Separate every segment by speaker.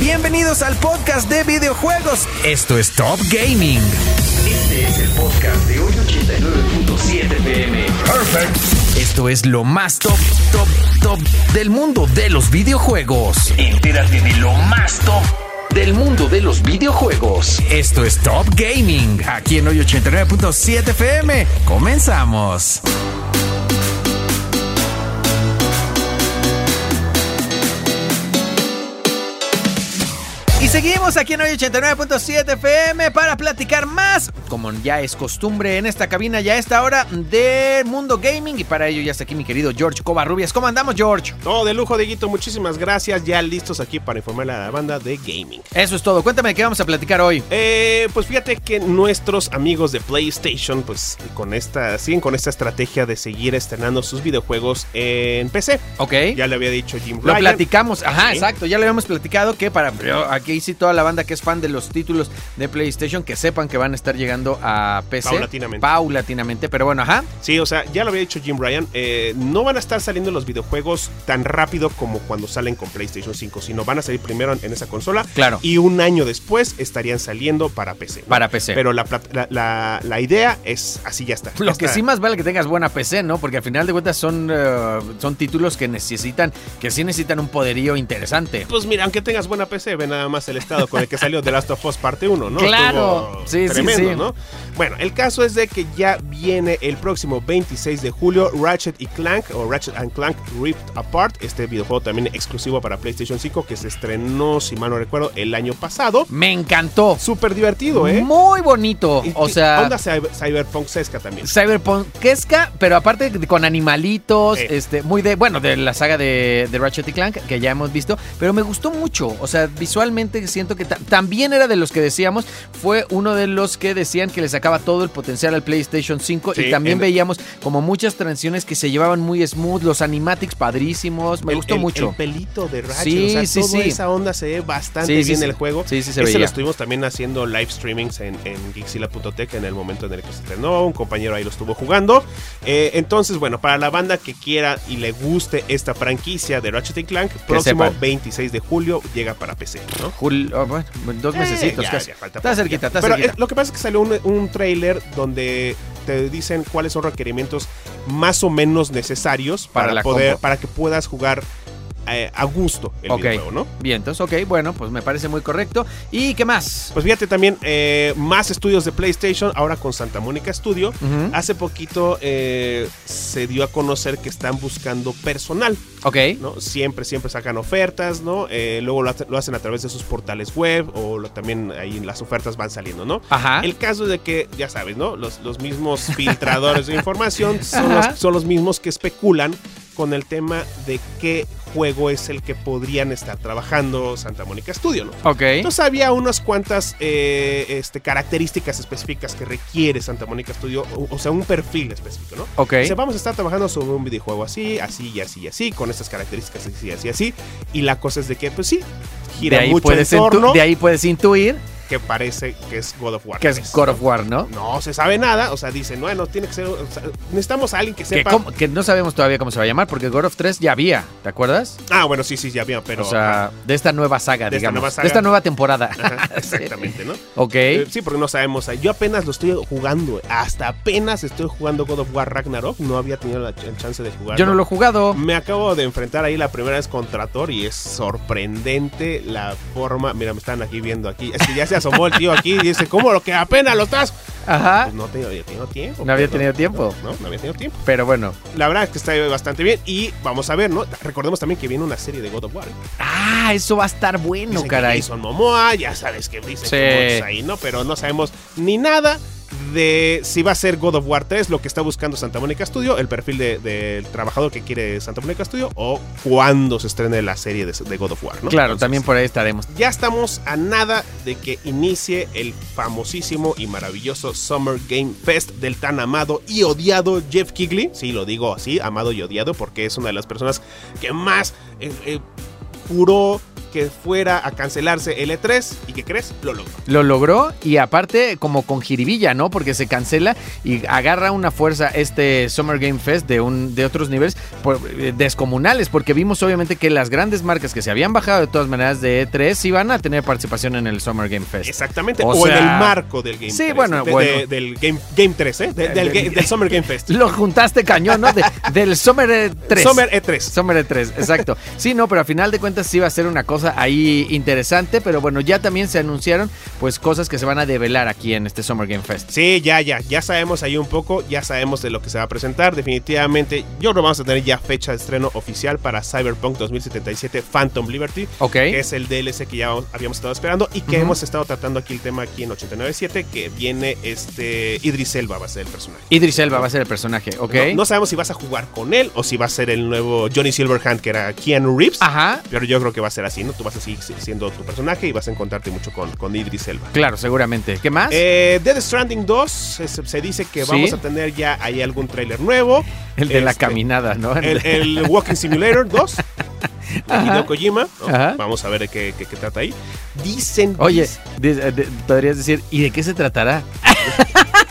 Speaker 1: Bienvenidos al podcast de videojuegos. Esto es Top Gaming.
Speaker 2: Este es el podcast de hoy 89.7 pm. Perfect.
Speaker 1: Esto es lo más top, top, top del mundo de los videojuegos.
Speaker 2: Entérate de lo más top del mundo de los videojuegos.
Speaker 1: Esto es Top Gaming, aquí en hoy 89.7 FM. Comenzamos. Y seguimos aquí en hoy 89.7 FM para platicar más, como ya es costumbre en esta cabina ya a esta hora del mundo gaming. Y para ello ya está aquí mi querido George Covarrubias. ¿Cómo andamos, George?
Speaker 3: Todo de lujo, Dieguito. Muchísimas gracias. Ya listos aquí para informarle a la banda de gaming.
Speaker 1: Eso es todo. Cuéntame de qué vamos a platicar hoy.
Speaker 3: Eh, pues fíjate que nuestros amigos de PlayStation, pues con esta, siguen con esta estrategia de seguir estrenando sus videojuegos en PC.
Speaker 1: Ok.
Speaker 3: Ya le había dicho Jim
Speaker 1: Lo
Speaker 3: Ryan.
Speaker 1: platicamos, ajá,
Speaker 3: Sí.
Speaker 1: exacto. Ya lo habíamos platicado que para aquí sí toda la banda que es fan de los títulos de PlayStation que sepan que van a estar llegando a PC
Speaker 3: Paulatinamente.
Speaker 1: Paulatinamente, pero bueno, ajá.
Speaker 3: Sí, o sea, ya lo había dicho Jim Ryan. eh, no van a estar saliendo los videojuegos tan rápido como cuando salen con PlayStation 5, sino van a salir primero en, en esa consola.
Speaker 1: Claro.
Speaker 3: Y un año después estarían saliendo para PC. ¿no?
Speaker 1: Para PC.
Speaker 3: Pero la, plat- la, la- la idea es así, ya está.
Speaker 1: Lo
Speaker 3: Ya
Speaker 1: que
Speaker 3: está.
Speaker 1: sí más vale que tengas buena PC, ¿no? Porque al final de cuentas son, eh, son títulos que necesitan, que sí necesitan un poderío interesante.
Speaker 3: Pues mira, aunque tengas buena PC, ve nada más el estado con el que salió The Last of Us parte 1, ¿no?
Speaker 1: Claro.
Speaker 3: Estuvo
Speaker 1: Sí, sí,
Speaker 3: tremendo,
Speaker 1: sí.
Speaker 3: ¿no? Bueno, el caso es de que ya viene el próximo 26 de julio Ratchet y Clank o Ratchet and Clank Rift Apart, este videojuego también exclusivo para PlayStation 5 que se estrenó, si mal no recuerdo, el año pasado.
Speaker 1: Me encantó.
Speaker 3: Súper divertido, ¿eh?
Speaker 1: Muy bonito.
Speaker 3: Y-
Speaker 1: O
Speaker 3: y
Speaker 1: sea.
Speaker 3: onda cyber- Cyberpunk Sesca también.
Speaker 1: Cyberpunkesca, pero aparte de- con animalitos,
Speaker 3: Eh.
Speaker 1: este, muy de, bueno, de la saga de, de Ratchet y Clank, que ya hemos visto, pero me gustó mucho, o sea, visualmente siento que ta- también era de los que decíamos, fue uno de los que decían que le sacaba todo el potencial al PlayStation 5 y
Speaker 3: Sí,
Speaker 1: también
Speaker 3: en-
Speaker 1: veíamos como muchas transiciones que se llevaban muy smooth, los animatics padrísimos, me
Speaker 3: El-
Speaker 1: gustó
Speaker 3: el-
Speaker 1: mucho.
Speaker 3: El pelito de Ratchet,
Speaker 1: Sí,
Speaker 3: o sea,
Speaker 1: sí,
Speaker 3: toda
Speaker 1: sí.
Speaker 3: esa onda se ve bastante
Speaker 1: Sí,
Speaker 3: bien
Speaker 1: sí,
Speaker 3: en
Speaker 1: sí.
Speaker 3: el juego.
Speaker 1: Sí, sí se
Speaker 3: Ese lo
Speaker 1: veía.
Speaker 3: estuvimos también haciendo live streamings en, en Geekzilla.tech en el momento en el que se estrenó. Un compañero ahí lo estuvo jugando. Eh, entonces, bueno, para la banda que quiera y le guste esta franquicia de Ratchet y Clank, próximo
Speaker 1: sepan.
Speaker 3: 26 de julio llega para PC, ¿no?
Speaker 1: Jul- oh, bueno, dos
Speaker 3: Eh,
Speaker 1: mesecitos
Speaker 3: ya,
Speaker 1: casi.
Speaker 3: ya falta
Speaker 1: está
Speaker 3: poco,
Speaker 1: cerquita,
Speaker 3: ya.
Speaker 1: está
Speaker 3: Pero eh,
Speaker 1: cerquita.
Speaker 3: es- lo que pasa es que salió un, un trailer donde te dicen cuáles son requerimientos más o menos necesarios
Speaker 1: Para
Speaker 3: para,
Speaker 1: la
Speaker 3: poder,
Speaker 1: combo.
Speaker 3: para que puedas jugar eh, a gusto el
Speaker 1: Ok.
Speaker 3: videojuego, ¿no?
Speaker 1: Bien, entonces, ok, bueno, pues me parece muy correcto. ¿Y qué más?
Speaker 3: Pues fíjate también, eh, más estudios de PlayStation, ahora con Santa Mónica Studio.
Speaker 1: Ujú,
Speaker 3: Hace poquito eh, se dio a conocer que están buscando personal,
Speaker 1: Ok.
Speaker 3: ¿no? Siempre, siempre sacan ofertas, ¿no? Eh, luego lo, hace- lo hacen a través de sus portales web o lo- también ahí las ofertas van saliendo, ¿no?
Speaker 1: Ajá.
Speaker 3: El caso es de que, ya sabes, ¿no? Los, los mismos filtradores de información son los,
Speaker 1: Ajá.
Speaker 3: son los mismos que especulan con el tema de qué juego es el que podrían estar trabajando Santa Mónica Studio, ¿no?
Speaker 1: Ok.
Speaker 3: Entonces había unas cuantas eh, este, características específicas que requiere Santa Mónica Studio, o, o sea, un perfil específico, ¿no?
Speaker 1: ok.
Speaker 3: Dice, vamos a estar trabajando sobre un videojuego así, así y así y así, con estas características así, así, así. Y la cosa es de que, pues sí, gira
Speaker 1: de, ahí
Speaker 3: mucho en
Speaker 1: puedes intu-
Speaker 3: torno
Speaker 1: de ahí puedes intuir
Speaker 3: que parece que es God of War.
Speaker 1: que es
Speaker 3: 3.
Speaker 1: God of War, ¿no?
Speaker 3: No se sabe nada, o sea, dicen, bueno, tiene que ser, o sea, necesitamos a alguien que
Speaker 1: Que,
Speaker 3: sepa.
Speaker 1: cómo- que no sabemos todavía cómo se va a llamar, porque God of 3 ya había, ¿te acuerdas?
Speaker 3: Ah, bueno, sí, sí, ya vio, pero...
Speaker 1: o sea, de esta nueva saga,
Speaker 3: De esta
Speaker 1: digamos.
Speaker 3: nueva saga.
Speaker 1: De esta nueva temporada.
Speaker 3: ajá, ajá, exactamente, ¿no?
Speaker 1: ok.
Speaker 3: Eh, Sí, porque no sabemos. o sea, Yo apenas lo estoy jugando. Hasta apenas estoy jugando God of War Ragnarok. No había tenido la ch- el chance de jugar.
Speaker 1: Yo no lo he jugado.
Speaker 3: Me acabo de enfrentar ahí la primera vez contra Thor y es sorprendente la forma. Mira, me están aquí viendo aquí. Es que ya se asomó el tío aquí y dice, ¿cómo lo que apenas lo estás?
Speaker 1: Ajá.
Speaker 3: Pues no tenía, había tenido tiempo.
Speaker 1: Ah. No había
Speaker 3: pero-
Speaker 1: tenido tiempo.
Speaker 3: No, no, no había tenido tiempo.
Speaker 1: Pero bueno.
Speaker 3: La verdad es que está bastante bien y vamos a ver, ¿no? Recordemos también que viene una serie de God of War.
Speaker 1: Ah, eso va a estar bueno,
Speaker 3: Dicen que
Speaker 1: caray.
Speaker 3: Jason Momoa, ya sabes que dicen
Speaker 1: Sí.
Speaker 3: que muchos ahí, ¿no? Pero no sabemos ni nada de si va a ser God of War 3 lo que está buscando Santa Mónica Studio, el perfil de- del trabajador que quiere Santa Mónica Studio, o cuándo se estrene la serie de, de God of War, ¿no?
Speaker 1: Claro,
Speaker 3: Entonces,
Speaker 1: también por ahí estaremos.
Speaker 3: Ya estamos a nada de que inicie el famosísimo y maravilloso Summer Game Fest del tan amado y odiado Jeff Kigley. Sí, lo digo así, amado y odiado, porque es una de las personas que más eh, eh, juró que fuera a cancelarse el E3 y que crees, lo logró.
Speaker 1: Lo logró y aparte como con jiribilla, ¿no? Porque se cancela y agarra una fuerza este Summer Game Fest de, un, de otros niveles por- eh, descomunales, porque vimos obviamente que las grandes marcas que se habían bajado de todas maneras de E3 iban a tener participación en el Summer Game Fest.
Speaker 3: Exactamente,
Speaker 1: O
Speaker 3: o, en
Speaker 1: sea-
Speaker 3: el marco del Game
Speaker 1: Sí,
Speaker 3: 3,
Speaker 1: bueno,
Speaker 3: de-
Speaker 1: bueno.
Speaker 3: de- del Game, Game 3, ¿eh? De- del,
Speaker 1: Del-
Speaker 3: Ga- del Summer Game Fest.
Speaker 1: Lo juntaste cañón, ¿no? De- del Summer eh, 3.
Speaker 3: Summer E E3.
Speaker 1: Summer 3, exacto. Sí, no, pero a final de cuentas sí va a ser una cosa ahí interesante, pero bueno, ya también se anunciaron pues cosas que se van a develar aquí en este Summer Game Fest.
Speaker 3: Sí, ya, ya, ya sabemos ahí un poco, ya sabemos de lo que se va a presentar. Definitivamente, yo creo que vamos a tener ya fecha de estreno oficial para Cyberpunk 2077 Phantom Liberty.
Speaker 1: Ok.
Speaker 3: que es el DLC que ya habíamos estado esperando y que
Speaker 1: Ujú.
Speaker 3: hemos estado tratando aquí el tema aquí en 897 que viene este Idris Elba va a ser el personaje.
Speaker 1: Idris Elba va a ser el personaje, ok.
Speaker 3: No, no sabemos si vas a jugar con él o si va a ser el nuevo Johnny Silverhand que era Keanu Reeves,
Speaker 1: Ajá.
Speaker 3: pero yo creo que va a ser así, ¿no? Tú vas a seguir siendo tu personaje y vas a encontrarte mucho con, con Idris Elba.
Speaker 1: Claro, seguramente. ¿Qué más?
Speaker 3: Eh, Dead Stranding 2 es- se dice que
Speaker 1: Ah, Sí.
Speaker 3: vamos a tener ya ahí algún tráiler nuevo.
Speaker 1: el de la
Speaker 3: este,
Speaker 1: caminada, ¿no?
Speaker 3: el, el Walking Simulator 2 de
Speaker 1: Ajá.
Speaker 3: Hideo Kojima. ¿no?
Speaker 1: Ajá.
Speaker 3: Vamos a ver de qué, qué- qué trata ahí. Dicen.
Speaker 1: Oye, eh, de- de- podrías decir, ¿y de qué se tratará?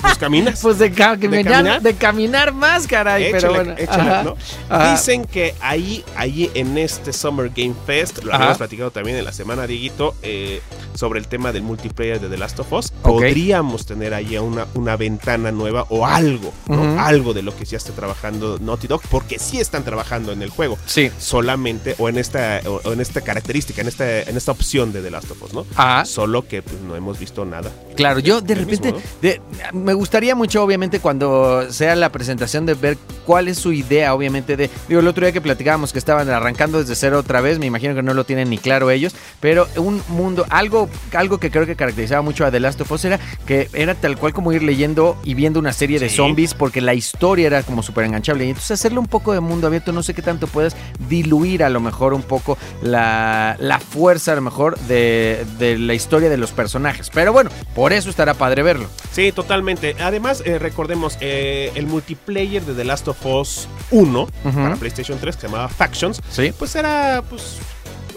Speaker 3: pues caminas.
Speaker 1: Pues de, ca- que me-
Speaker 3: caminar?
Speaker 1: de caminar más, caray,
Speaker 3: Échale,
Speaker 1: pero bueno.
Speaker 3: échale,
Speaker 1: Ajá.
Speaker 3: ¿no?
Speaker 1: Ajá.
Speaker 3: Dicen que ahí, ahí en este Summer Game Fest, lo
Speaker 1: Ajá.
Speaker 3: habíamos platicado también en la semana, Dieguito, eh, sobre el tema del multiplayer de The Last of Us,
Speaker 1: Ok.
Speaker 3: podríamos tener ahí una, una ventana nueva o algo, ¿no?
Speaker 1: Ujú.
Speaker 3: algo de lo que ya esté trabajando Naughty Dog, porque sí están trabajando en el juego.
Speaker 1: Sí.
Speaker 3: Solamente, o en esta, o, o en esta característica, en esta, en esta opción de The Last of Us, ¿no?
Speaker 1: Ajá.
Speaker 3: Solo que pues, no hemos visto nada.
Speaker 1: ah, Claro, yo de
Speaker 3: El
Speaker 1: repente
Speaker 3: mismo,
Speaker 1: de- me gustaría mucho, obviamente, cuando sea la presentación de ver cuál es su idea, obviamente, de. Digo, el otro día que platicábamos que estaban arrancando desde cero otra vez, me imagino que no lo tienen ni claro ellos, pero un mundo, algo, algo que creo que caracterizaba mucho a The Last of Us era que era tal cual como ir leyendo y viendo una serie de
Speaker 3: Sí.
Speaker 1: zombies, porque la historia era como súper enganchable. Y entonces hacerle un poco de mundo abierto, no sé qué tanto puedas diluir a lo mejor un poco la, la fuerza, a lo mejor, de, de la historia de los personajes. Pero bueno, por eso estará padre verlo.
Speaker 3: Sí, totalmente. Además, eh, recordemos eh, el multiplayer de The Last of Us 1
Speaker 1: Ujú.
Speaker 3: para PlayStation 3 que se llamaba Factions,
Speaker 1: Sí.
Speaker 3: pues era pues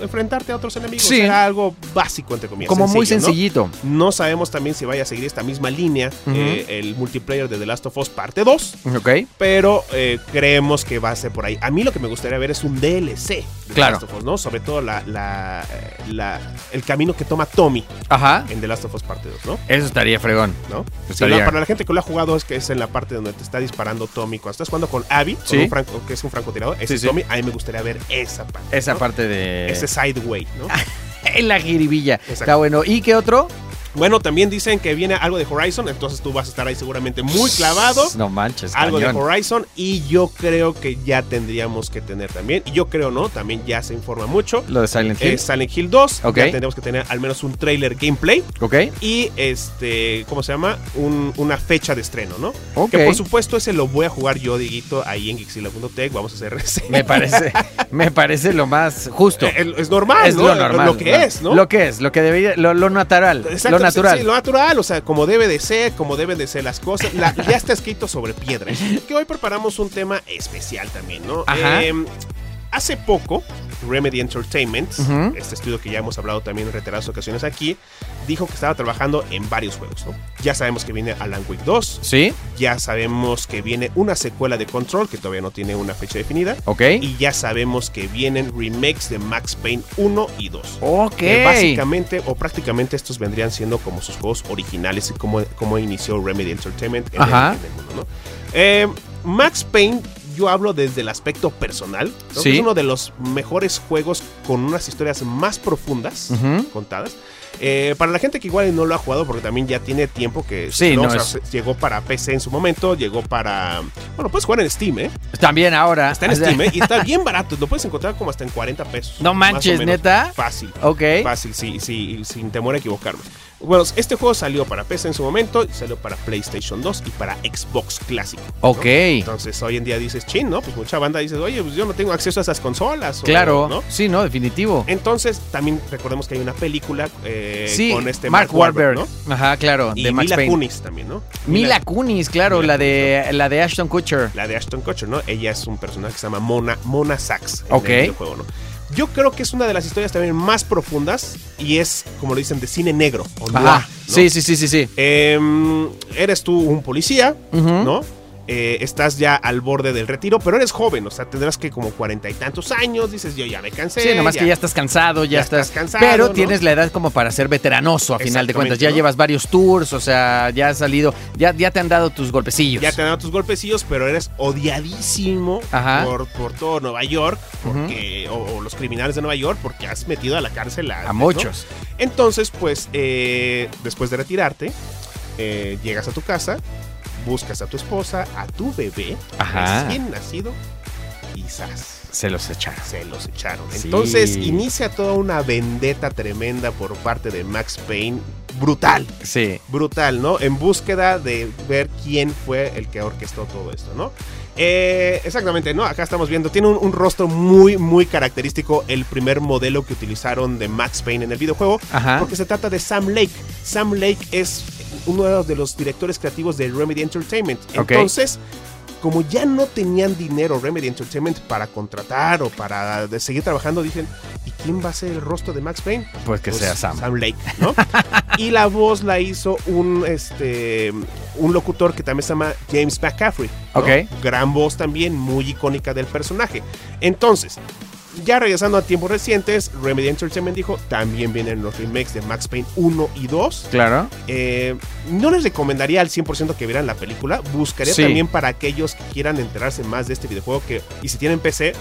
Speaker 3: enfrentarte a otros enemigos,
Speaker 1: Sí.
Speaker 3: era algo básico entre comillas.
Speaker 1: Como muy
Speaker 3: sencillo, ¿no?
Speaker 1: sencillito.
Speaker 3: No sabemos también si vaya a seguir esta misma línea
Speaker 1: Ujú.
Speaker 3: eh, el multiplayer de The Last of Us parte 2,
Speaker 1: Ok.
Speaker 3: pero eh, creemos que va a ser por ahí. A mí lo que me gustaría ver es un DLC de
Speaker 1: Claro.
Speaker 3: The Last of Us, ¿no? Sobre todo la, la, eh, la- el camino que toma Tommy
Speaker 1: Ajá.
Speaker 3: en The Last of Us parte 2, ¿no?
Speaker 1: Eso estaría fregón.
Speaker 3: ¿no?
Speaker 1: Pues
Speaker 3: Si no,
Speaker 1: estaría-
Speaker 3: para la gente que lo ha jugado es que es en la parte donde te está disparando Tommy. Cuando estás jugando con Abby, con
Speaker 1: Sí.
Speaker 3: un franco- que es un francotirador, ese
Speaker 1: Sí, Eh.
Speaker 3: es
Speaker 1: sí.
Speaker 3: Tommy, a mí me gustaría ver esa parte.
Speaker 1: Esa
Speaker 3: ¿no?
Speaker 1: parte de.
Speaker 3: Ese sideway, ¿no?
Speaker 1: La jiribilla.
Speaker 3: Exacto.
Speaker 1: Está bueno. ¿Y qué otro?
Speaker 3: Bueno, también dicen que viene algo de Horizon, entonces tú vas a estar ahí seguramente muy clavado.
Speaker 1: No manches.
Speaker 3: Algo de
Speaker 1: cañón.
Speaker 3: Horizon y yo creo que ya tendríamos que tener también, y yo creo no, también ya se informa mucho.
Speaker 1: Lo de Silent Hill.
Speaker 3: Eh, Silent Hill 2,
Speaker 1: Ok.
Speaker 3: ya tendríamos que tener al menos un trailer gameplay
Speaker 1: Ok.
Speaker 3: y este, ¿cómo se llama? Un- una fecha de estreno, ¿no?
Speaker 1: Ok.
Speaker 3: Que por supuesto ese lo voy a jugar yo, Dieguito, ahí en Gixila.tech. Vamos a hacer reseña.
Speaker 1: Me parece, me parece lo más justo.
Speaker 3: Eh, Es, es normal,
Speaker 1: es
Speaker 3: ¿no?
Speaker 1: lo normal.
Speaker 3: Lo que
Speaker 1: ¿no?
Speaker 3: es, ¿no?
Speaker 1: Lo que es, lo que debería, lo, lo natural.
Speaker 3: Exacto,
Speaker 1: lo
Speaker 3: sí,
Speaker 1: natural.
Speaker 3: sí, lo natural, o sea, como debe de ser, como deben de ser las cosas. La- ya está escrito sobre piedra. Que hoy preparamos un tema especial también, ¿no?
Speaker 1: Ajá.
Speaker 3: Eh, hace poco, Remedy Entertainment,
Speaker 1: Ujú.
Speaker 3: este estudio que ya hemos hablado también en reiteradas ocasiones aquí, dijo que estaba trabajando en varios juegos, ¿no? Ya sabemos que viene Alan Wake 2,
Speaker 1: Sí,
Speaker 3: ya sabemos que viene una secuela de Control, que todavía no tiene una fecha definida.
Speaker 1: ok.
Speaker 3: Y ya sabemos que vienen remakes de Max Payne 1 y 2.
Speaker 1: ok.
Speaker 3: Que básicamente o prácticamente estos vendrían siendo como sus juegos originales y como, como inició Remedy Entertainment en, el,
Speaker 1: Ajá.
Speaker 3: en el mundo, ¿no? Eh, Max Payne, yo hablo desde el aspecto personal. Creo que
Speaker 1: Sí.
Speaker 3: es uno de los mejores juegos con unas historias más profundas
Speaker 1: Ujú.
Speaker 3: contadas. Eh, para la gente que igual no lo ha jugado, porque también ya tiene tiempo que
Speaker 1: Sí,
Speaker 3: ¿no?
Speaker 1: no
Speaker 3: O sea,
Speaker 1: es-
Speaker 3: se- llegó para PC en su momento, llegó para. Bueno, puedes jugar en Steam, ¿eh?
Speaker 1: También ahora.
Speaker 3: Está en
Speaker 1: o sea,
Speaker 3: Steam, ¿eh? Y está bien barato. Lo puedes encontrar como hasta en 40 pesos.
Speaker 1: No
Speaker 3: más o
Speaker 1: manches,
Speaker 3: menos.
Speaker 1: ¿neta?
Speaker 3: Fácil.
Speaker 1: Ok.
Speaker 3: Fácil, sí, sí, sin temor a equivocarme. Bueno, este juego salió para PC en su momento, salió para PlayStation 2 y para Xbox clásico. ¿no?
Speaker 1: Ok.
Speaker 3: Entonces, hoy en día dices, chin, ¿no? Pues mucha banda dice, oye, pues yo no tengo acceso a esas consolas. o-
Speaker 1: Claro.
Speaker 3: ¿no?
Speaker 1: Sí, no, definitivo.
Speaker 3: Entonces, también recordemos que hay una película eh,
Speaker 1: sí,
Speaker 3: con este
Speaker 1: Mark, Wahlberg.
Speaker 3: ¿no?
Speaker 1: Ajá, claro.
Speaker 3: Y
Speaker 1: de Max
Speaker 3: Mila
Speaker 1: Payne.
Speaker 3: Kunis también, ¿no?
Speaker 1: Mila Kunis, claro,
Speaker 3: Mila
Speaker 1: la de la de Ashton Kutcher.
Speaker 3: la de Ashton Kutcher, ¿no? Ella es un personaje que se llama Mona, Mona Sachs en
Speaker 1: Ok.
Speaker 3: el videojuego, ¿no? Yo creo que es una de las historias también más profundas y es, como lo dicen, de cine negro. o noir,
Speaker 1: Ajá.
Speaker 3: ¿no?
Speaker 1: Sí, sí, sí, sí, sí.
Speaker 3: Em, eres tú un policía,
Speaker 1: Ujú.
Speaker 3: ¿no? Eh, estás ya al borde del retiro, pero eres joven, o sea, tendrás que como cuarenta y tantos años, dices, yo ya me cansé.
Speaker 1: Sí, nomás que ya estás cansado, ya,
Speaker 3: ya
Speaker 1: estás,
Speaker 3: estás cansado,
Speaker 1: Pero
Speaker 3: ¿no?
Speaker 1: tienes la edad como para ser veteranoso, a final de cuentas.
Speaker 3: Exactamente,
Speaker 1: Ya
Speaker 3: ¿no?
Speaker 1: llevas varios tours, o sea, ya has salido, ya, ya te han dado tus golpecillos.
Speaker 3: Ya te han dado tus golpecillos, pero eres odiadísimo
Speaker 1: Ajá.
Speaker 3: por, por todo Nueva York, porque, o, o los criminales de Nueva York, porque has metido a la cárcel a,
Speaker 1: a
Speaker 3: ¿no?
Speaker 1: muchos.
Speaker 3: Entonces, pues, eh, después de retirarte, eh, llegas a tu casa, buscas a tu esposa, a tu bebé,
Speaker 1: Ajá.
Speaker 3: recién nacido, quizás.
Speaker 1: Se los echaron.
Speaker 3: se los echaron.
Speaker 1: Sí.
Speaker 3: Entonces inicia toda una vendetta tremenda por parte de Max Payne. Brutal,
Speaker 1: Sí.
Speaker 3: brutal, ¿no? En búsqueda de ver quién fue el que orquestó todo esto, ¿no? Eh, exactamente, ¿no? Acá estamos viendo, tiene un, un rostro muy, muy característico el primer modelo que utilizaron de Max Payne en el videojuego,
Speaker 1: Ajá.
Speaker 3: porque se trata de Sam Lake. Sam Lake es uno de los directores creativos de Remedy Entertainment.
Speaker 1: Ok.
Speaker 3: Entonces, como ya no tenían dinero Remedy Entertainment para contratar o para de- seguir trabajando, dicen, ¿y quién va a ser el rostro de Max Payne?
Speaker 1: Pues que
Speaker 3: Pues,
Speaker 1: sea Sam.
Speaker 3: Sam Lake, ¿no? y la voz la hizo un, este, un locutor que también se llama James McCaffrey. ¿no?
Speaker 1: Ok.
Speaker 3: Gran voz también, muy icónica del personaje. Entonces, ya regresando a tiempos recientes, Remedy Entertainment dijo, también vienen los remakes de Max Payne 1 y 2.
Speaker 1: Claro.
Speaker 3: Eh, no les recomendaría al 100% que vieran la película. Buscaría
Speaker 1: Sí.
Speaker 3: también para aquellos que quieran enterarse más de este videojuego. Que, y si tienen PC,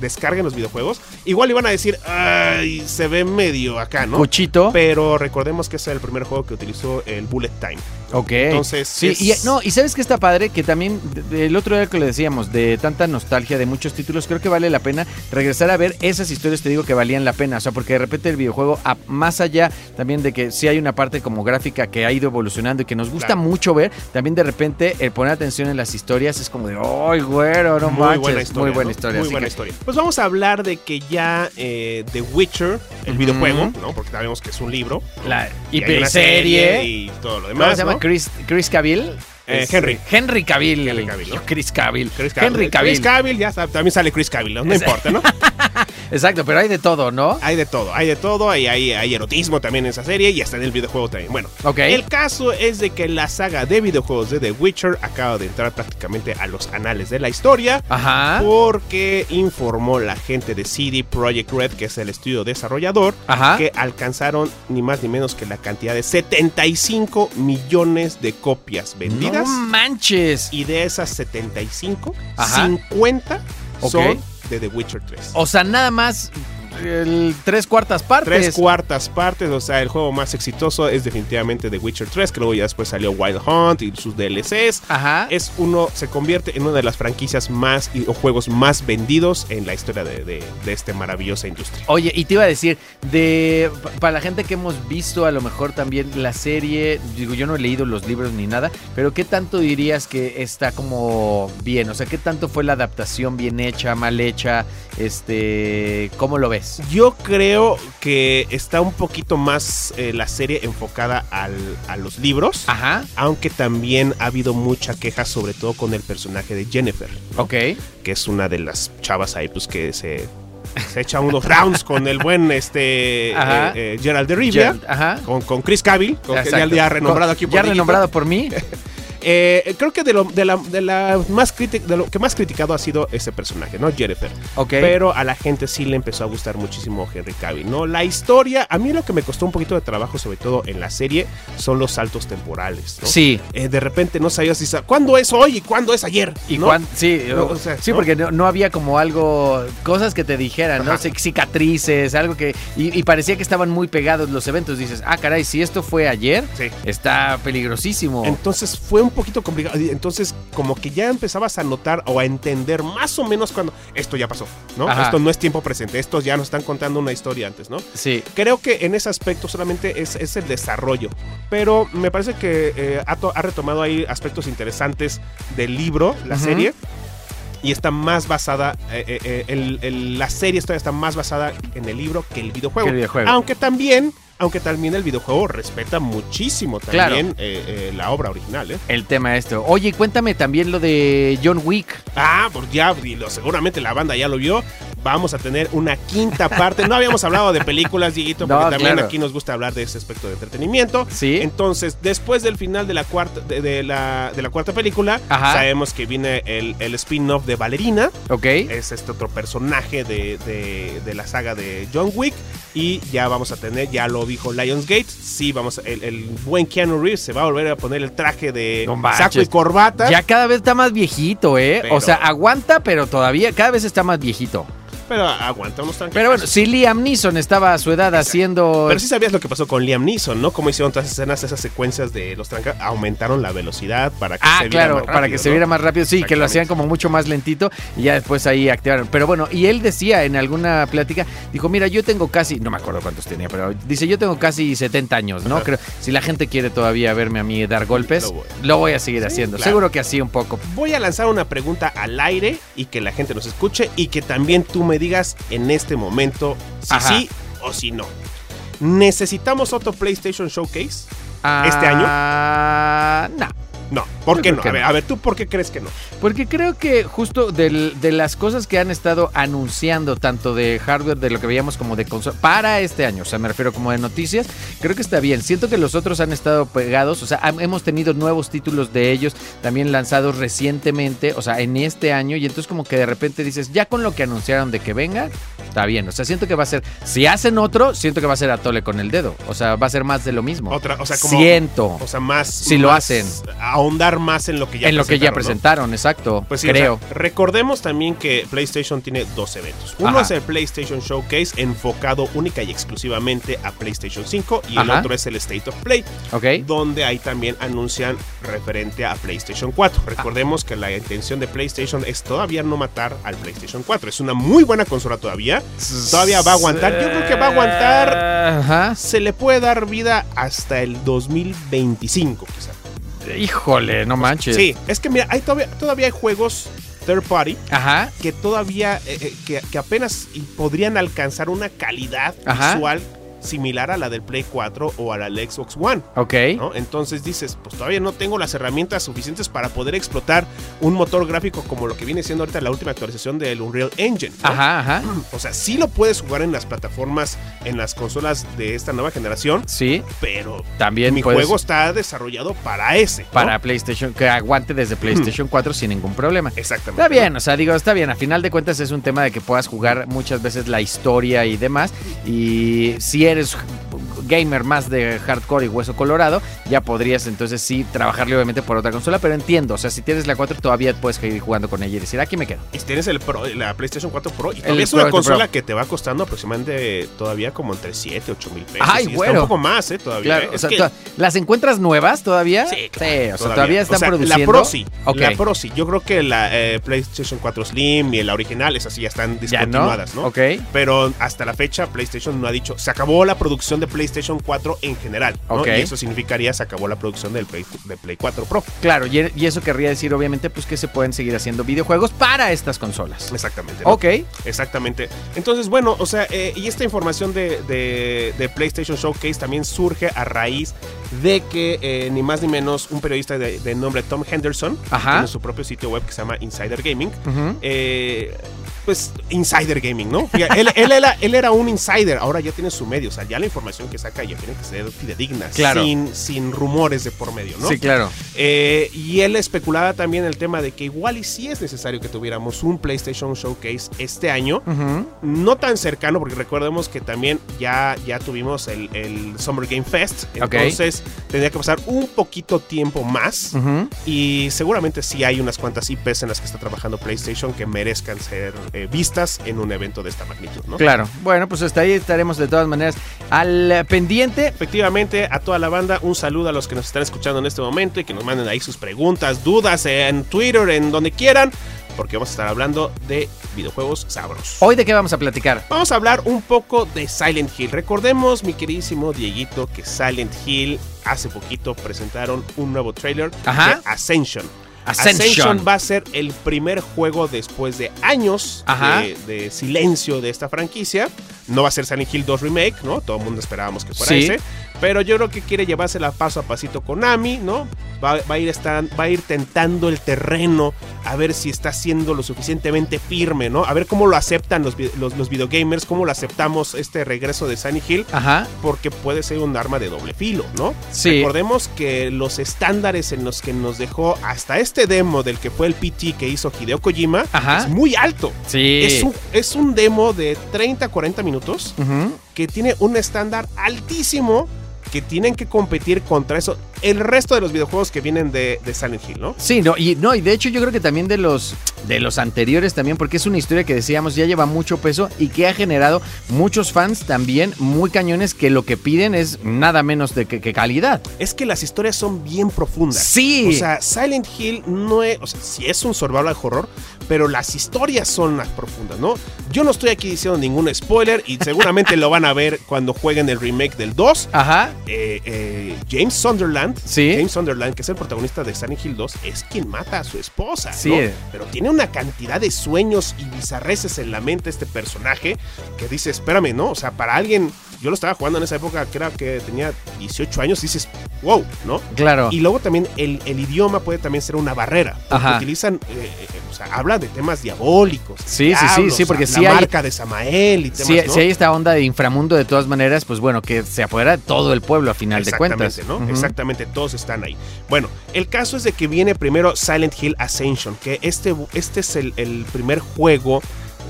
Speaker 3: descarguen los videojuegos. Igual iban a decir, ay, se ve medio acá, ¿no?
Speaker 1: Cuchito.
Speaker 3: Pero recordemos que es el primer juego que utilizó el Bullet Time.
Speaker 1: Ok.
Speaker 3: Entonces,
Speaker 1: Sí,
Speaker 3: es-
Speaker 1: y, eh, no, y sabes que está padre que también de- de- el otro día que le decíamos de tanta nostalgia de muchos títulos, creo que vale la pena regresar a ver esas historias. Te digo que valían la pena, o sea, porque de repente el videojuego, a- más allá también de que sí hay una parte como gráfica que ha ido evolucionando y que nos gusta
Speaker 3: Claro.
Speaker 1: mucho ver, también de repente el poner atención en las historias es como de, ¡ay, güero! No manches, muy buena
Speaker 3: ¿no?
Speaker 1: historia.
Speaker 3: Muy
Speaker 1: así
Speaker 3: buena
Speaker 1: que-
Speaker 3: historia. Pues vamos a hablar de que ya eh, The Witcher, el
Speaker 1: Ujú.
Speaker 3: videojuego, ¿no? Porque sabemos que es un libro. ¿no?
Speaker 1: La
Speaker 3: Y hay una
Speaker 1: hiperserie.
Speaker 3: Y todo lo
Speaker 1: ¿Cómo
Speaker 3: demás.
Speaker 1: se llama?
Speaker 3: ¿no?
Speaker 1: Chris, Chris Cavill.
Speaker 3: Eh,
Speaker 1: Es-
Speaker 3: Henry.
Speaker 1: Henry Cavill.
Speaker 3: Henry Cavill, ¿no?
Speaker 1: Chris Cavill.
Speaker 3: Chris Cavill.
Speaker 1: Henry
Speaker 3: Chris Cavill, ya sabe, también sale Chris Cavill, no, No
Speaker 1: Es-
Speaker 3: importa, ¿no?
Speaker 1: Exacto, pero hay de todo, ¿no?
Speaker 3: Hay de todo, hay de todo, hay, hay, hay erotismo también en esa serie y hasta en el videojuego también. Bueno,
Speaker 1: Ok.
Speaker 3: el caso es de que la saga de videojuegos de The Witcher acaba de entrar prácticamente a los anales de la historia.
Speaker 1: Ajá.
Speaker 3: Porque informó la gente de CD Projekt Red, que es el estudio desarrollador,
Speaker 1: Ajá.
Speaker 3: que alcanzaron ni más ni menos que la cantidad de 75 millones de copias vendidas.
Speaker 1: No manches.
Speaker 3: Y de esas 75,
Speaker 1: Ajá.
Speaker 3: 50
Speaker 1: Ok. Oh,
Speaker 3: son de The Witcher 3.
Speaker 1: O sea, nada más el tres cuartas partes.
Speaker 3: Tres cuartas partes, o sea, el juego más exitoso es definitivamente The Witcher 3, que luego ya después salió Wild Hunt y sus DLCs.
Speaker 1: Ajá.
Speaker 3: Es uno, se convierte en una de las franquicias más y- o juegos más vendidos en la historia de, de- de esta maravillosa industria.
Speaker 1: Oye, y te iba a decir, de pa- para la gente que hemos visto a lo mejor también la serie, digo, yo no he leído los libros ni nada, pero ¿qué tanto dirías que está como bien? O sea, ¿qué tanto fue la adaptación bien hecha, mal hecha? Este, ¿cómo lo ves?
Speaker 3: Yo creo que está un poquito más eh, la serie enfocada al- a los libros,
Speaker 1: Ajá,
Speaker 3: aunque también ha habido mucha queja, sobre todo con el personaje de Jennifer.
Speaker 1: ok.
Speaker 3: que es una de las chavas ahí, pues que se, se echa unos rounds con el buen este
Speaker 1: Ajá.
Speaker 3: eh, eh, Gerald de Rivia.
Speaker 1: Ya- Ajá.
Speaker 3: Con, con Chris Cavill, con que ya,
Speaker 1: Exacto.
Speaker 3: ya renombrado aquí por
Speaker 1: Ya
Speaker 3: México.
Speaker 1: renombrado por mí.
Speaker 3: Eh, creo que de lo, de la, de la más criti- de lo que más criticado ha sido ese personaje, ¿no? Jennifer.
Speaker 1: Ok.
Speaker 3: Pero a la gente sí le empezó a gustar muchísimo Henry Cavill, ¿no? La historia, a mí lo que me costó un poquito de trabajo, sobre todo en la serie, son los saltos temporales, ¿no?
Speaker 1: Sí.
Speaker 3: Eh, de repente no sabías si sa- cuándo es hoy y cuándo es ayer.
Speaker 1: Y
Speaker 3: ¿no?
Speaker 1: cuán- sí,
Speaker 3: No,
Speaker 1: o-
Speaker 3: o sea,
Speaker 1: sí
Speaker 3: ¿no?
Speaker 1: porque no, no había como algo, cosas que te dijeran, ¿no?
Speaker 3: Ajá.
Speaker 1: Cic- Cicatrices, algo que... Y, y parecía que estaban muy pegados los eventos. Dices, ah, caray, si esto fue ayer,
Speaker 3: Sí.
Speaker 1: está peligrosísimo.
Speaker 3: Entonces fue un poquito complicado. Y Entonces, como que ya empezabas a notar o a entender más o menos cuando esto ya pasó, ¿no?
Speaker 1: Ajá.
Speaker 3: Esto no es tiempo presente, estos ya nos están contando una historia antes, ¿no?
Speaker 1: sí.
Speaker 3: Creo que en ese aspecto solamente es, es el desarrollo, pero me parece que eh, ha, to- ha retomado ahí aspectos interesantes del libro, la
Speaker 1: Ujú.
Speaker 3: serie. Y está más basada, eh, eh, eh, el- el- la serie está, está más basada en el libro que el videojuego.
Speaker 1: Que el videojuego.
Speaker 3: Aunque también, aunque también el videojuego respeta muchísimo
Speaker 1: Claro.
Speaker 3: también eh, eh, la obra original. ¿eh?
Speaker 1: El tema esto. Oye, cuéntame también lo de John Wick.
Speaker 3: Ah, pues ya, y lo- seguramente la banda ya lo vio. vamos a tener una quinta parte. No habíamos hablado de películas, Dieguito, porque
Speaker 1: No,
Speaker 3: también
Speaker 1: claro.
Speaker 3: aquí nos gusta hablar de ese aspecto de entretenimiento.
Speaker 1: Sí.
Speaker 3: Entonces, después del final de la cuarta, de, de la, de la cuarta película,
Speaker 1: Ajá.
Speaker 3: sabemos que viene el, el spin-off de Ballerina.
Speaker 1: Ok.
Speaker 3: Es este otro personaje de, de- de la saga de John Wick. Y ya vamos a tener, ya lo dijo Lionsgate. Sí, vamos, a- el, el buen Keanu Reeves se va a volver a poner el traje de
Speaker 1: No manches.
Speaker 3: saco y corbata.
Speaker 1: Ya cada vez está más viejito, ¿eh?
Speaker 3: Pero-
Speaker 1: O sea, aguanta, pero todavía cada vez está más viejito.
Speaker 3: Pero aguanta unos tranquilos.
Speaker 1: Pero bueno, pues. si Liam Neeson estaba a su edad haciendo...
Speaker 3: Pero sí sabías lo que pasó con Liam Neeson, ¿no? Cómo hicieron todas esas escenas, esas secuencias de los trancas. Aumentaron la velocidad para que
Speaker 1: Ah,
Speaker 3: se viera
Speaker 1: claro,
Speaker 3: más
Speaker 1: para que
Speaker 3: rápido,
Speaker 1: se
Speaker 3: ¿no?
Speaker 1: viera más rápido. Sí, que lo
Speaker 3: Exactamente.
Speaker 1: hacían como mucho más lentito y ya después ahí activaron. Pero bueno, y él decía en alguna plática, dijo, mira, yo tengo casi, no me acuerdo cuántos tenía, pero dice, yo tengo casi 70 años, ¿no?
Speaker 3: Ajá.
Speaker 1: Creo, si la gente quiere todavía verme a mí dar golpes,
Speaker 3: Lo
Speaker 1: lo
Speaker 3: voy.
Speaker 1: voy, a seguir haciendo.
Speaker 3: claro.
Speaker 1: Seguro que así un poco.
Speaker 3: Voy a lanzar una pregunta al aire y que la gente nos escuche y que también tú me digas en este momento si
Speaker 1: Ajá.
Speaker 3: sí o si no. ¿Necesitamos otro PlayStation Showcase? ¿Este año?
Speaker 1: año? Ah, No.
Speaker 3: No. ¿Por
Speaker 1: Yo
Speaker 3: qué
Speaker 1: creo
Speaker 3: no?
Speaker 1: que
Speaker 3: A ver,
Speaker 1: no.
Speaker 3: a ver, ¿tú por qué crees que no?
Speaker 1: Porque creo que justo del- de las cosas que han estado anunciando, tanto de hardware, de lo que veíamos como de consola, para este año, o sea, me refiero como de noticias, creo que está bien. Siento que los otros han estado pegados, o sea, han- hemos tenido nuevos títulos de ellos también lanzados recientemente, o sea, en este año, y entonces como que de repente dices, ya con lo que anunciaron de que venga, está bien, o sea, siento que va a ser, si hacen otro, siento que va a ser a tole con el dedo, o sea, va a ser más de lo mismo.
Speaker 3: Otra, o sea, como-
Speaker 1: siento
Speaker 3: O sea, más.
Speaker 1: Si lo
Speaker 3: más-
Speaker 1: hacen.
Speaker 3: Ahondar más en lo que ya
Speaker 1: en lo que ya
Speaker 3: presentaron, ¿no?
Speaker 1: presentaron, exacto,
Speaker 3: Pues sí,
Speaker 1: creo.
Speaker 3: o sea, recordemos también que PlayStation tiene dos eventos. Uno
Speaker 1: Ajá.
Speaker 3: es el PlayStation Showcase enfocado única y exclusivamente a PlayStation 5 y el
Speaker 1: Ajá.
Speaker 3: otro es el State of Play,
Speaker 1: ¿Ok?
Speaker 3: donde ahí también anuncian referente a PlayStation 4. Recordemos que la intención de PlayStation es todavía no matar al PlayStation 4. Es una muy buena consola todavía. Todavía va a aguantar. Yo creo que va a aguantar.
Speaker 1: Ajá.
Speaker 3: Se le puede dar vida hasta el 2025 quizá.
Speaker 1: Híjole, no manches.
Speaker 3: Sí, es que mira, hay todavía, todavía hay juegos third party
Speaker 1: Ajá.
Speaker 3: que todavía, eh, eh, que, que apenas y podrían alcanzar una calidad
Speaker 1: Ajá.
Speaker 3: visual similar a la del Play 4 o a la del Xbox One.
Speaker 1: Ok.
Speaker 3: ¿no? Entonces dices, pues todavía no tengo las herramientas suficientes para poder explotar un motor gráfico como lo que viene siendo ahorita la última actualización del Unreal Engine. ¿no?
Speaker 1: Ajá, ajá.
Speaker 3: O sea, sí lo puedes jugar en las plataformas, en las consolas de esta nueva generación,
Speaker 1: Sí,
Speaker 3: pero
Speaker 1: también
Speaker 3: mi
Speaker 1: puedes-
Speaker 3: juego está desarrollado para ese. ¿no?
Speaker 1: pues.
Speaker 3: Hmm.
Speaker 1: para PlayStation, que aguante desde PlayStation 4 sin ningún problema.
Speaker 3: Exactamente.
Speaker 1: Está bien, o sea, digo, está bien. A final de cuentas es un tema de que puedas jugar muchas veces la historia y demás. Y si eres gamer más de hardcore y hueso colorado, ya podrías entonces sí trabajarle obviamente por otra consola. Pero entiendo, o sea, si tienes la 4 todavía puedes seguir jugando con ella y decir, aquí me quedo.
Speaker 3: Y tienes el Pro- la PlayStation 4 Pro. Y todavía es
Speaker 1: Pro-
Speaker 3: una
Speaker 1: el
Speaker 3: consola
Speaker 1: Pro.
Speaker 3: que te va costando aproximadamente todavía como entre 7, 8 mil pesos.
Speaker 1: Ay,
Speaker 3: y está
Speaker 1: bueno.
Speaker 3: un poco más, ¿eh? Todavía. ¿eh?
Speaker 1: Claro, o
Speaker 3: Es
Speaker 1: sea,
Speaker 3: que
Speaker 1: to- ¿las encuentras nuevas todavía?
Speaker 3: Sí,
Speaker 1: ¿Ah? o sea, todavía están
Speaker 3: O sea,
Speaker 1: produciendo.
Speaker 3: La Pro sí.
Speaker 1: Ok.
Speaker 3: La Pro sí. Yo creo que la eh, PlayStation 4 Slim y la original, esas sí ya
Speaker 1: ya
Speaker 3: están
Speaker 1: no.
Speaker 3: discontinuadas, ¿no?
Speaker 1: Ok.
Speaker 3: Pero hasta la fecha, PlayStation no ha dicho. Se acabó la producción de PlayStation 4 en general. ¿no?
Speaker 1: Ok.
Speaker 3: Y eso significaría se acabó la producción del Play, de Play 4 Pro.
Speaker 1: Claro, y, y eso querría decir, obviamente, pues que se pueden seguir haciendo videojuegos para estas consolas.
Speaker 3: Exactamente. Este, ¿no?
Speaker 1: Ok.
Speaker 3: Exactamente. Entonces, bueno, o sea, eh, y esta información de, de- de PlayStation Showcase también surge a raíz de que eh, ni más ni menos un periodista de, de nombre Tom Henderson,
Speaker 1: Ajá.
Speaker 3: que tiene su propio sitio web que se llama Insider Gaming,
Speaker 1: Ujú.
Speaker 3: eh, pues Insider Gaming, ¿no? Fíjate, él, él era, él era un insider, ahora ya tiene su medio, o sea, ya la información que saca ya tiene que ser fidedigna,
Speaker 1: Claro.
Speaker 3: sin, sin rumores de por medio, ¿no?
Speaker 1: Sí, claro.
Speaker 3: Eh, y él especulaba también el tema de que igual y sí es necesario que tuviéramos un PlayStation Showcase este año,
Speaker 1: Ujú.
Speaker 3: no tan cercano, porque recordemos que también ya, ya tuvimos el, el Summer Game Fest.
Speaker 1: Ok.
Speaker 3: Entonces tendría que pasar un poquito tiempo más.
Speaker 1: Ujú.
Speaker 3: Y seguramente sí hay unas cuantas IPs en las que está trabajando PlayStation que merezcan ser eh, vistas en un evento de esta magnitud, ¿no?
Speaker 1: Claro. Bueno, pues hasta ahí estaremos de todas maneras al eh, pendiente.
Speaker 3: Efectivamente, a toda la banda, un saludo a los que nos están escuchando en este momento y que nos manden ahí sus preguntas, dudas eh, en Twitter, en donde quieran, porque vamos a estar hablando de videojuegos sabros.
Speaker 1: Hoy de qué vamos a platicar.
Speaker 3: Vamos a hablar un poco de Silent Hill. Recordemos, mi queridísimo Dieguito, que Silent Hill hace poquito presentaron un nuevo trailer
Speaker 1: Ajá.
Speaker 3: de Ascension.
Speaker 1: Ascension.
Speaker 3: va a ser el primer juego después de años
Speaker 1: Ajá.
Speaker 3: de, de silencio de esta franquicia. No va a ser Silent Hill 2 Remake, ¿no? Todo el mundo esperábamos que fuera
Speaker 1: Sí.
Speaker 3: ese. Pero yo creo que quiere llevársela paso a pasito Konami, ¿no? Va, va a ir estar- va a ir tentando el terreno a ver si está siendo lo suficientemente firme, ¿no? A ver cómo lo aceptan los, vi- los, los videogamers, cómo lo aceptamos este regreso de Sunny Hill,
Speaker 4: Ajá.
Speaker 3: porque puede ser un arma de doble filo, ¿no?
Speaker 4: Sí.
Speaker 3: Recordemos que los estándares en los que nos dejó hasta este demo del que fue el PT que hizo Hideo Kojima
Speaker 4: Ajá.
Speaker 3: es muy alto.
Speaker 4: Ah. Sí.
Speaker 3: Es un, es un demo de 30-40 minutos
Speaker 4: Ujú.
Speaker 3: que tiene un estándar altísimo que tienen que competir contra eso el resto de los videojuegos que vienen de, de Silent Hill, ¿no?
Speaker 1: Sí, no, y no, y de hecho yo creo que también de los de los anteriores también, porque es una historia que decíamos ya lleva mucho peso y que ha generado muchos fans también muy cañones que lo que piden es nada menos de que, que calidad.
Speaker 3: Es que las historias son bien profundas.
Speaker 1: Sí.
Speaker 3: O sea, Silent Hill no es, o sea, sí es un survival horror, pero las historias son las profundas, ¿no? Yo no estoy aquí diciendo ningún spoiler y seguramente lo van a ver cuando jueguen el remake del 2.
Speaker 1: Ajá.
Speaker 3: Eh, eh, James Sunderland,
Speaker 1: Sí.
Speaker 3: James Sunderland, que es el protagonista de Silent Hill 2, es quien mata a su esposa,
Speaker 1: Sí.
Speaker 3: ¿no? Pero tiene una cantidad de sueños y bizarreces en la mente este personaje que dice, espérame, ¿no? O sea, para alguien, yo lo estaba jugando en esa época, que era que tenía 18 años, dices, wow, ¿no?
Speaker 1: Claro.
Speaker 3: Y luego también el, el idioma puede también ser una barrera. Porque
Speaker 1: Ajá.
Speaker 3: utilizan, eh, eh, o sea, habla de temas diabólicos. de
Speaker 1: Sí, sí, sí,
Speaker 3: diablos,
Speaker 1: sí, porque
Speaker 3: la
Speaker 1: sí hay-
Speaker 3: marca de Samael y temas,
Speaker 1: si,
Speaker 3: ¿no?
Speaker 1: si hay esta onda de inframundo de todas maneras, pues bueno, que se apodera de todo el pueblo a final de cuentas.
Speaker 3: Exactamente, ¿no?
Speaker 1: Ujú.
Speaker 3: Exactamente, todos están ahí. Bueno, el caso es de que viene primero Silent Hill Ascension, que este, este es el, el primer juego,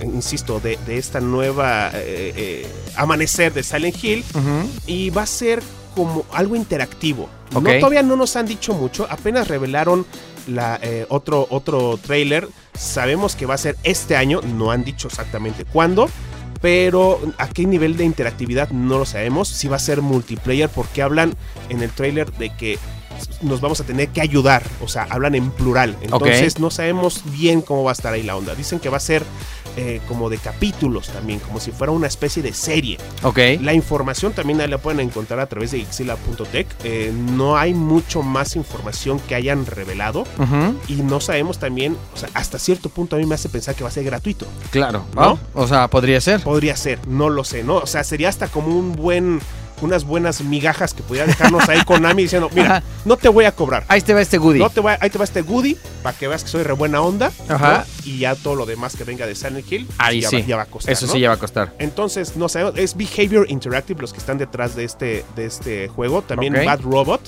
Speaker 3: eh, insisto, de, de esta nueva eh, eh, amanecer de Silent Hill,
Speaker 1: Ujú.
Speaker 3: y va a ser como algo interactivo.
Speaker 1: Ok.
Speaker 3: No, todavía no nos han dicho mucho, apenas revelaron la, eh, otro, otro trailer. Sabemos que va a ser este año, no han dicho exactamente cuándo, pero a qué nivel de interactividad no lo sabemos. Si va a ser multiplayer, porque hablan en el trailer de que nos vamos a tener que ayudar, o sea, hablan en plural. Entonces no sabemos bien cómo va a estar ahí la onda. Dicen que va a ser eh, como de capítulos también, como si fuera una especie de serie.
Speaker 1: Ok.
Speaker 3: La información también ahí la pueden encontrar a través de Ixila.tech. Eh, no hay mucho más información que hayan revelado.
Speaker 1: Ujú.
Speaker 3: Y no sabemos también, o sea, hasta cierto punto a mí me hace pensar que va a ser gratuito.
Speaker 1: Claro.
Speaker 3: ¿No?
Speaker 1: Ah, O sea, podría ser.
Speaker 3: Podría ser, no lo sé, ¿no? O sea, sería hasta como un buen, unas buenas migajas que pudiera dejarnos ahí Konami diciendo, mira,
Speaker 1: Ajá.
Speaker 3: no te voy a cobrar.
Speaker 1: Ahí te va este goodie.
Speaker 3: No te va, ahí te va este goodie para que veas que soy re buena onda.
Speaker 1: Ajá.
Speaker 3: ¿no? Y ya todo lo demás que venga de Silent Hill pues
Speaker 1: Ahí
Speaker 3: ya,
Speaker 1: sí.
Speaker 3: va, ya va a costar.
Speaker 1: Eso
Speaker 3: ¿no?
Speaker 1: sí ya va a costar.
Speaker 3: Entonces, no sabemos. Es Behavior Interactive los que están detrás de este, de este juego. También
Speaker 1: Ok.
Speaker 3: Bad Robot.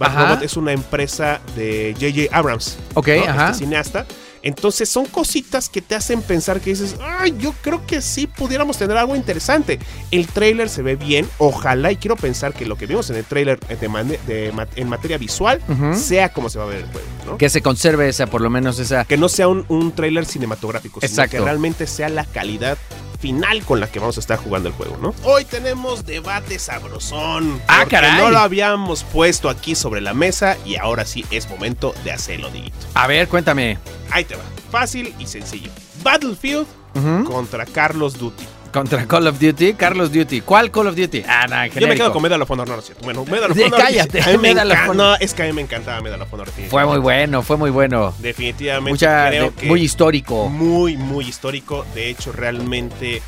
Speaker 3: Bad
Speaker 1: Ajá.
Speaker 3: Robot es una empresa de J.J. Abrams.
Speaker 1: Ok,
Speaker 3: ¿no?
Speaker 1: ajá.
Speaker 3: Este cineasta. Entonces, son cositas que te hacen pensar que dices, ay, yo creo que sí pudiéramos tener algo interesante. El trailer se ve bien. Ojalá y quiero pensar que lo que vimos en el trailer eh, de mane- de ma- en materia visual
Speaker 1: Ujú.
Speaker 3: sea como se va a ver el juego. ¿no?
Speaker 1: Que se conserve esa, por lo menos esa.
Speaker 3: que no sea un, un trailer cinematográfico,
Speaker 1: Exacto.
Speaker 3: sino que realmente sea la calidad final con la que vamos a estar jugando el juego, ¿no? Hoy tenemos debate sabrosón.
Speaker 1: Ah,
Speaker 3: porque
Speaker 1: caray.
Speaker 3: No lo habíamos puesto aquí sobre la mesa y ahora sí es momento de hacerlo, Diguito.
Speaker 1: A ver, cuéntame.
Speaker 3: Ahí te va. Fácil y sencillo. Battlefield
Speaker 1: Ujú.
Speaker 3: contra Carlos Duty.
Speaker 1: Contra Call of Duty, Carlos Duty. ¿Cuál Call of Duty? Ah, nada,
Speaker 3: Yo me quedo
Speaker 1: genérico.
Speaker 3: con Medal of Honor, no, no es cierto. Bueno, Medal of
Speaker 1: Sí,
Speaker 3: Honor.
Speaker 1: cállate,
Speaker 3: a mí me
Speaker 1: Medal of
Speaker 3: encan-
Speaker 1: Honor.
Speaker 3: No, es que a mí me encantaba Medal of Honor.
Speaker 1: Fue muy
Speaker 3: definitivamente.
Speaker 1: bueno, fue muy bueno.
Speaker 3: Definitivamente.
Speaker 1: Mucha,
Speaker 3: creo
Speaker 1: de-
Speaker 3: que-
Speaker 1: muy histórico.
Speaker 3: muy, muy histórico. De hecho, realmente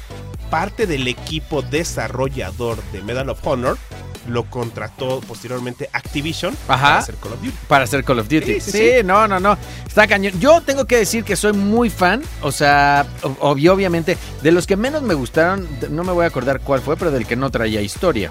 Speaker 3: parte del equipo desarrollador de Medal of Honor lo contrató posteriormente Activision
Speaker 1: Ajá.
Speaker 3: para hacer Call of Duty.
Speaker 1: Para hacer Call of Duty. Sí,
Speaker 3: Sí, sí, sí.
Speaker 1: no, no, no. Está cañón. Yo tengo que decir que soy muy fan. O sea, o- ob- y obviamente, de los que menos me gustaron, de- no me voy a acordar cuál fue, pero del que no traía historia.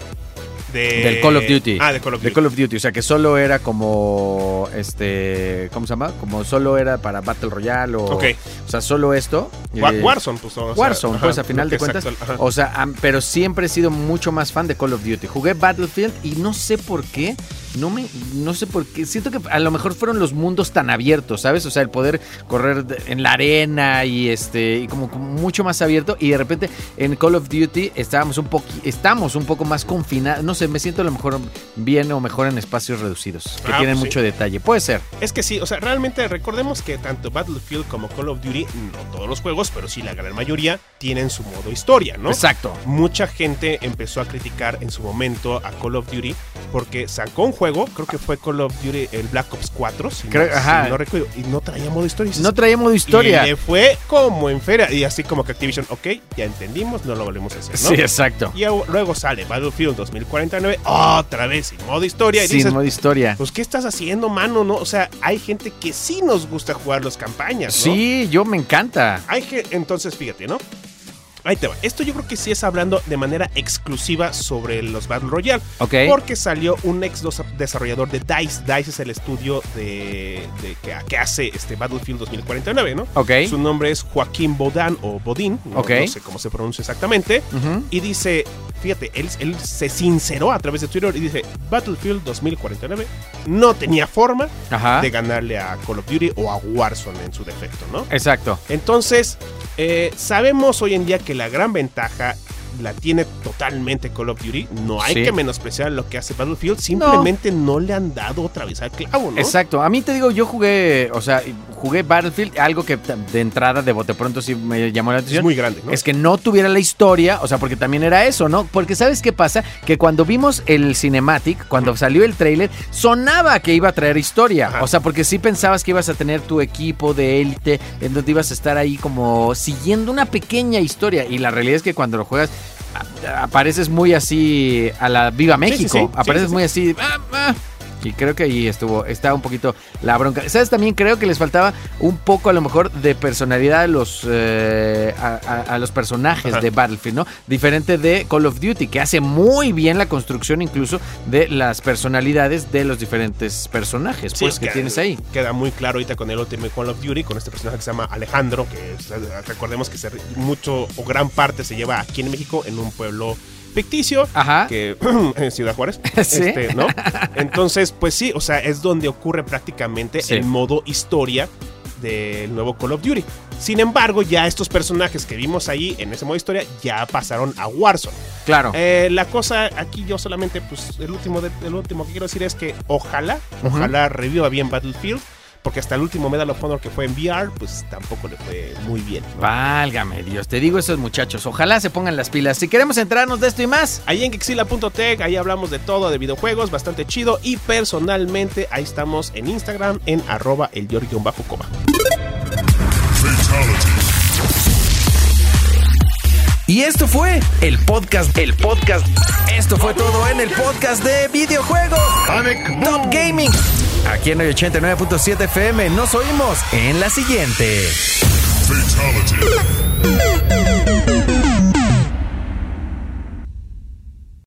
Speaker 3: De-
Speaker 1: Del Call of Duty.
Speaker 3: Ah, de Call of
Speaker 1: De
Speaker 3: Duty.
Speaker 1: Call of Duty. O sea, que solo era como. Este. ¿Cómo se llama? Como solo era para Battle Royale o.
Speaker 3: Ok.
Speaker 1: O sea, solo esto.
Speaker 3: Wa-
Speaker 1: Eh,
Speaker 3: Warzone, pues. o sea,
Speaker 1: Warzone,
Speaker 3: ajá,
Speaker 1: pues a final de
Speaker 3: exacto,
Speaker 1: cuentas.
Speaker 3: ajá.
Speaker 1: O sea, am- pero siempre he sido mucho más fan de Call of Duty. Jugué Battlefield y no sé por qué. No me. No sé por qué. Siento que a lo mejor fueron los mundos tan abiertos, ¿sabes? O sea, el poder correr de- en la arena y este. Y como, como mucho más abierto. Y de repente en Call of Duty estábamos un poco. Estamos un poco más confinados. No sé, me siento a lo mejor bien o mejor en espacios reducidos. Que
Speaker 3: Ah,
Speaker 1: tienen
Speaker 3: pues sí.
Speaker 1: mucho detalle. Puede ser.
Speaker 3: Es que sí, o sea, realmente recordemos que tanto Battlefield como Call of Duty, no todos los juegos, pero sí la gran mayoría, tienen su modo historia, ¿no?
Speaker 1: Exacto.
Speaker 3: mucha gente empezó a criticar en su momento a Call of Duty porque sacó un juego, creo que fue Call of Duty, el Black Ops 4, si,
Speaker 1: Creo-
Speaker 3: no, si
Speaker 1: ajá.
Speaker 3: no recuerdo, y no traía modo historia.
Speaker 1: No traía modo historia.
Speaker 3: Y le fue como en feria, y así como que Activision, ok, ya entendimos, no lo volvemos a hacer, ¿no?
Speaker 1: Sí, exacto.
Speaker 3: Y au- luego sale Battlefield 2049, otra vez sin modo historia, y
Speaker 1: Sin
Speaker 3: dices,
Speaker 1: modo historia.
Speaker 3: pues, ¿qué estás haciendo, mano? No, o sea, hay gente que sí nos gusta jugar las campañas, ¿no?
Speaker 1: Sí, yo me encanta.
Speaker 3: Hay que, entonces, fíjate, ¿no? Ahí te va. Esto yo creo que sí es hablando de manera exclusiva sobre los Battle Royale.
Speaker 1: Ok.
Speaker 3: Porque salió un ex dos- desarrollador de DICE. DICE es el estudio de, de que, que hace este Battlefield 2049, ¿no?
Speaker 1: Ok.
Speaker 3: Su nombre es Joaquín Bodán o Bodín. No,
Speaker 1: Ok.
Speaker 3: no sé cómo se pronuncia exactamente.
Speaker 1: Ujú.
Speaker 3: Y dice, fíjate, él, él se sinceró a través de Twitter y dice, Battlefield 2049 no tenía forma
Speaker 1: Ajá.
Speaker 3: de ganarle a Call of Duty o a Warzone en su defecto, ¿no?
Speaker 1: Exacto.
Speaker 3: Entonces, eh, sabemos hoy en día que la gran ventaja la tiene totalmente Call of Duty. No hay
Speaker 1: Sí.
Speaker 3: que menospreciar lo que hace Battlefield. Simplemente no, le han dado otra vez al clavo, ¿no?
Speaker 1: Exacto. A mí te digo, yo jugué, o sea, jugué Battlefield, algo que t- de entrada, de bote pronto, sí me llamó la
Speaker 3: Es
Speaker 1: atención.
Speaker 3: muy grande, ¿no?
Speaker 1: Es que no tuviera la historia, o sea, porque también era eso, ¿no? Porque ¿sabes qué pasa? Que cuando vimos el cinematic, cuando salió el tráiler, sonaba que iba a traer historia.
Speaker 3: Ajá.
Speaker 1: O sea, porque sí pensabas que ibas a tener tu equipo de élite, en donde ibas a estar ahí como siguiendo una pequeña historia. Y la realidad es que cuando lo juegas, a- apareces muy así a la Viva México.
Speaker 3: sí, sí.
Speaker 1: apareces
Speaker 3: Sí, sí,
Speaker 1: muy así. ah, ah. Y creo que ahí estuvo, está un poquito la bronca. ¿Sabes? También creo que les faltaba un poco a lo mejor de personalidad a los, eh, a, a- a los personajes de Battlefield, ¿no? Diferente de Call of Duty, que hace muy bien la construcción incluso de las personalidades de los diferentes personajes
Speaker 3: Sí,
Speaker 1: pues, que
Speaker 3: queda-
Speaker 1: tienes ahí.
Speaker 3: Queda muy claro ahorita con el último Call of Duty, con este personaje que se llama Alejandro, que o sea, recordemos que se re- mucho o gran parte se lleva aquí en México, en un pueblo ficticio.
Speaker 1: Ajá.
Speaker 3: que en Ciudad Juárez,
Speaker 1: Sí.
Speaker 3: este, ¿no? Entonces, pues sí, o sea, es donde ocurre prácticamente
Speaker 1: Sí.
Speaker 3: el modo historia del nuevo Call of Duty. Sin embargo, ya estos personajes que vimos ahí en ese modo historia ya pasaron a Warzone.
Speaker 1: Claro.
Speaker 3: Eh, la cosa aquí yo solamente, pues el último, de- el último que quiero decir es que ojalá,
Speaker 1: Ujú.
Speaker 3: ojalá reviva bien Battlefield, porque hasta el último Medal of Honor que fue en VR, pues tampoco le fue muy bien. ¿no?
Speaker 1: Válgame Dios, te digo esos muchachos, ojalá se pongan las pilas. Si queremos entrarnos de esto y más,
Speaker 3: Ahí en Kixila.tech, ahí hablamos de todo, de videojuegos, bastante chido. Y personalmente, ahí estamos en Instagram, en arroba el bajo coma.
Speaker 5: Y esto fue el podcast, el podcast. Esto fue todo en el podcast de videojuegos. Top Gaming. Aquí en el 89.7 FM nos oímos en la siguiente.
Speaker 6: Fatality.